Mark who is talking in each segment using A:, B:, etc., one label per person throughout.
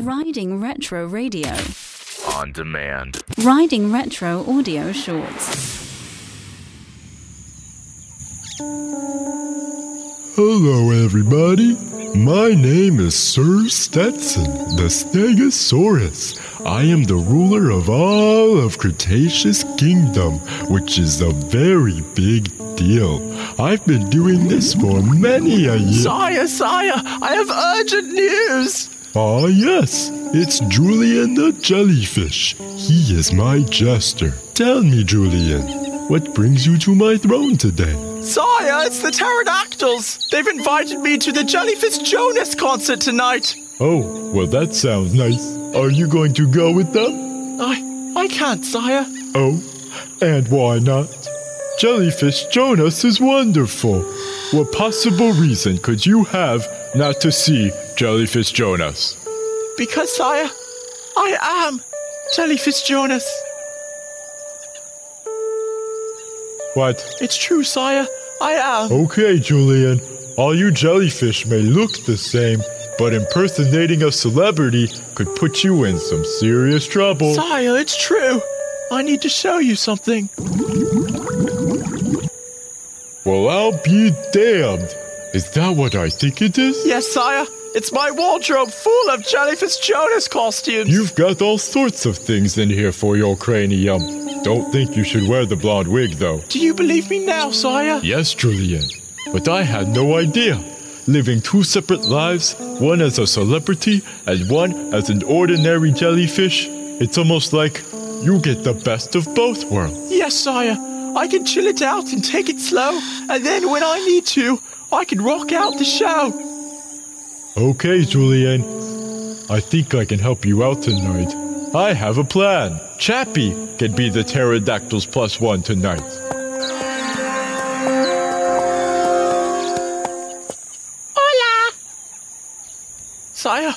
A: Riding Retro Radio.
B: on demand.
A: Riding Retro Audio Shorts.
C: Hello, everybody. My name is Sir Stetson, the Stegosaurus. I am the ruler of all of Cretaceous Kingdom, which is a very big deal. I've been doing this for many a year.
D: Sire, sire, I have urgent news.
C: Ah, yes, it's Julian the Jellyfish. He is my jester. Tell me, Julian, what brings you to my throne today?
D: Sire, it's the pterodactyls. They've invited me to the Jellyfish Jonas concert tonight.
C: Oh, well, that sounds nice. Are you going to go with them?
D: I, I can't, sire.
C: Oh, and why not? Jellyfish Jonas is wonderful. What possible reason could you have not to see Jellyfish Jonas?
D: Because, sire, I am Jellyfish Jonas.
C: What?
D: It's true, sire. I am.
C: Okay, Julian. All you jellyfish may look the same, but impersonating a celebrity could put you in some serious trouble.
D: Sire, it's true. I need to show you something.
C: well, I'll be damned. Is that what I think it is?
D: Yes, sire, it's my wardrobe full of Jellyfish Jonas costumes.
C: You've got all sorts of things in here for your cranium. Don't think you should wear the blonde wig, though.
D: Do you believe me now, sire?
C: Yes, Julian, but I had no idea. Living two separate lives, one as a celebrity and one as an ordinary jellyfish, it's almost like you get the best of both worlds.
D: Yes, sire. I can chill it out and take it slow, and then when I need to, I can rock out the show.
C: Okay, Julian, I think I can help you out tonight. I have a plan. Chappie can be the pterodactyls plus one tonight.
D: Sire,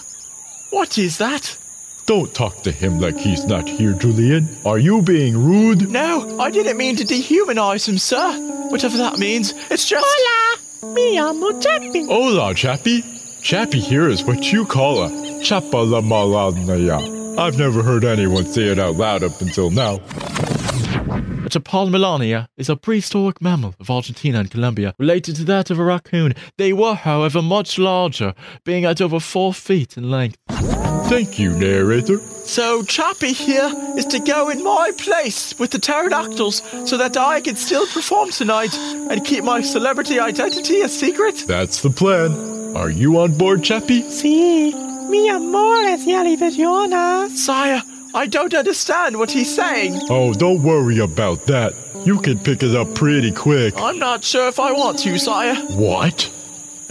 D: what is that?
C: Don't talk to him like he's not here, Julian. Are you being rude?
D: No, I didn't mean to dehumanize him, sir. Whatever that means, it's just. Hola! Mi amo Chappy.
C: Hola, Chappie. Chappie here is what you call a chapalamalanaya. I've never heard anyone say it out loud up until now.
D: A chapalmelania is a prehistoric mammal of Argentina and Colombia, related to that of a raccoon. They were, however, much larger, being at over four feet in length.
C: Thank you, narrator.
D: So Chappy here is to go in my place with the pterodactyls so that I can still perform tonight and keep my celebrity identity a secret.
C: That's the plan. Are you on board, Chappie?
D: See, mi amor es Sire, I don't understand what he's saying.
C: Oh, don't worry about that. You can pick it up pretty quick.
D: I'm not sure if I want to, sire.
C: What?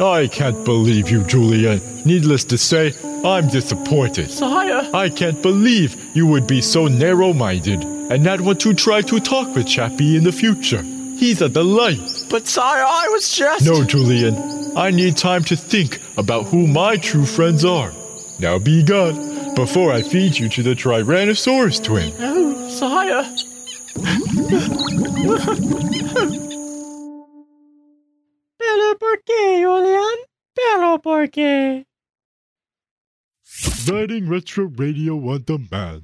C: I can't believe you, Julian. Needless to say, I'm disappointed.
D: Sire,
C: I can't believe you would be so narrow minded and not want to try to talk with Chappie in the future. He's a delight.
D: but sire, I was just.
C: No, Julian, I need time to think about who my true friends are. Now be gone before I feed you to the Tyrannosaurus twin.
D: No, sire. Pero por qué, Julian? Pero por qué?
C: Riding Retro Radio on Demand.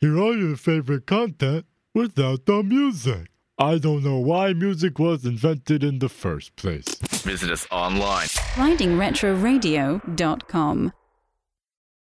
C: Hear all your favorite content without the music. I don't know why music was invented in the first place.
B: Visit us online
A: ridingretroradio.com.